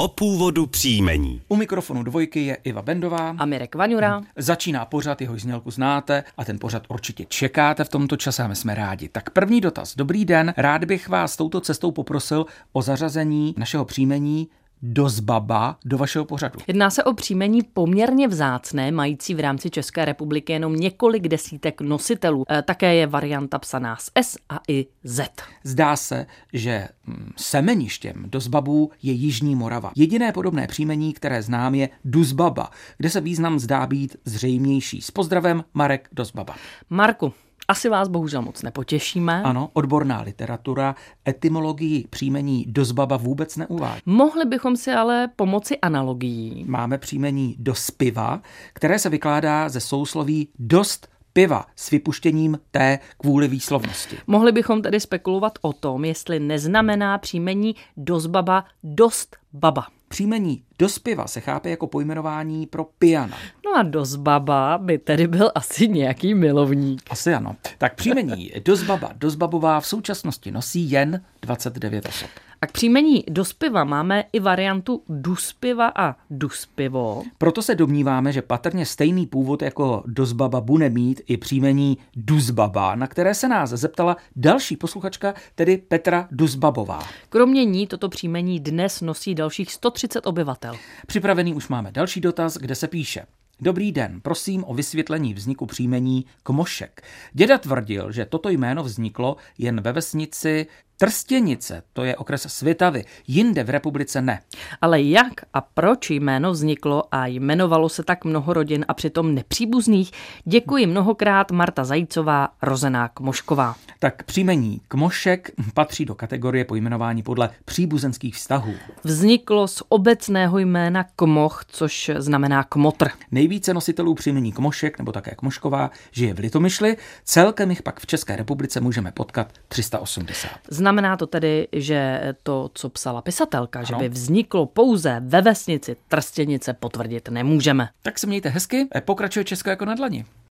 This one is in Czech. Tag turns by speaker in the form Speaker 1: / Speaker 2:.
Speaker 1: o původu příjmení.
Speaker 2: U mikrofonu dvojky je Iva Bendová.
Speaker 3: a Mirek Vanjura.
Speaker 2: Začíná pořad, jeho znělku znáte a ten pořad určitě čekáte v tomto čase a my jsme rádi. Tak první dotaz. Dobrý den, rád bych vás touto cestou poprosil o zařazení našeho příjmení Dozbaba do vašeho pořadu.
Speaker 3: Jedná se o příjmení poměrně vzácné, mající v rámci České republiky jenom několik desítek nositelů. E, Také je varianta psaná s S a i Z.
Speaker 2: Zdá se, že hm, semeništěm Dozbabů je Jižní Morava. Jediné podobné příjmení, které znám, je Duzbaba, kde se význam zdá být zřejmější. S pozdravem Marek Dozbaba.
Speaker 3: Marku, asi vás bohužel moc nepotěšíme.
Speaker 2: Ano, odborná literatura etymologii příjmení Dozbaba vůbec neuvádí.
Speaker 3: Mohli bychom si ale pomoci analogií.
Speaker 2: máme příjmení dospiva, které se vykládá ze sousloví dost piva s vypuštěním té kvůli výslovnosti.
Speaker 3: Mohli bychom tedy spekulovat o tom, jestli neznamená příjmení dozbaba dost baba.
Speaker 2: Příjmení dospiva se chápe jako pojmenování pro piana.
Speaker 3: No a dozbaba by tedy byl asi nějaký milovník.
Speaker 2: Asi ano. Tak příjmení dozbaba, dozbabová v současnosti nosí jen 29 osob.
Speaker 3: A k příjmení dospiva máme i variantu duspiva a duspivo.
Speaker 2: Proto se domníváme, že patrně stejný původ jako dozbaba bude mít i příjmení Duzbaba, na které se nás zeptala další posluchačka, tedy Petra Duzbabová.
Speaker 3: Kromě ní toto příjmení dnes nosí dalších 130 obyvatel.
Speaker 2: Připravený už máme další dotaz, kde se píše. Dobrý den, prosím o vysvětlení vzniku příjmení Kmošek. Děda tvrdil, že toto jméno vzniklo jen ve vesnici Trstěnice, to je okres Svitavy, jinde v republice ne.
Speaker 3: Ale jak a proč jméno vzniklo a jmenovalo se tak mnoho rodin a přitom nepříbuzných, děkuji mnohokrát Marta Zajícová, rozená Kmošková.
Speaker 2: Tak příjmení Kmošek patří do kategorie pojmenování podle příbuzenských vztahů.
Speaker 3: Vzniklo z obecného jména Kmoch, což znamená kmotr.
Speaker 2: Nejvíce nositelů příjmení Kmošek nebo také Kmošková žije v Litomyšli, celkem jich pak v České republice můžeme potkat 380.
Speaker 3: Znamená to tedy, že to, co psala pisatelka, že
Speaker 2: Ano.
Speaker 3: by vzniklo pouze ve vesnici Trstěnice, potvrdit nemůžeme.
Speaker 2: Tak se mějte hezky, pokračuje Česko jako na dlani.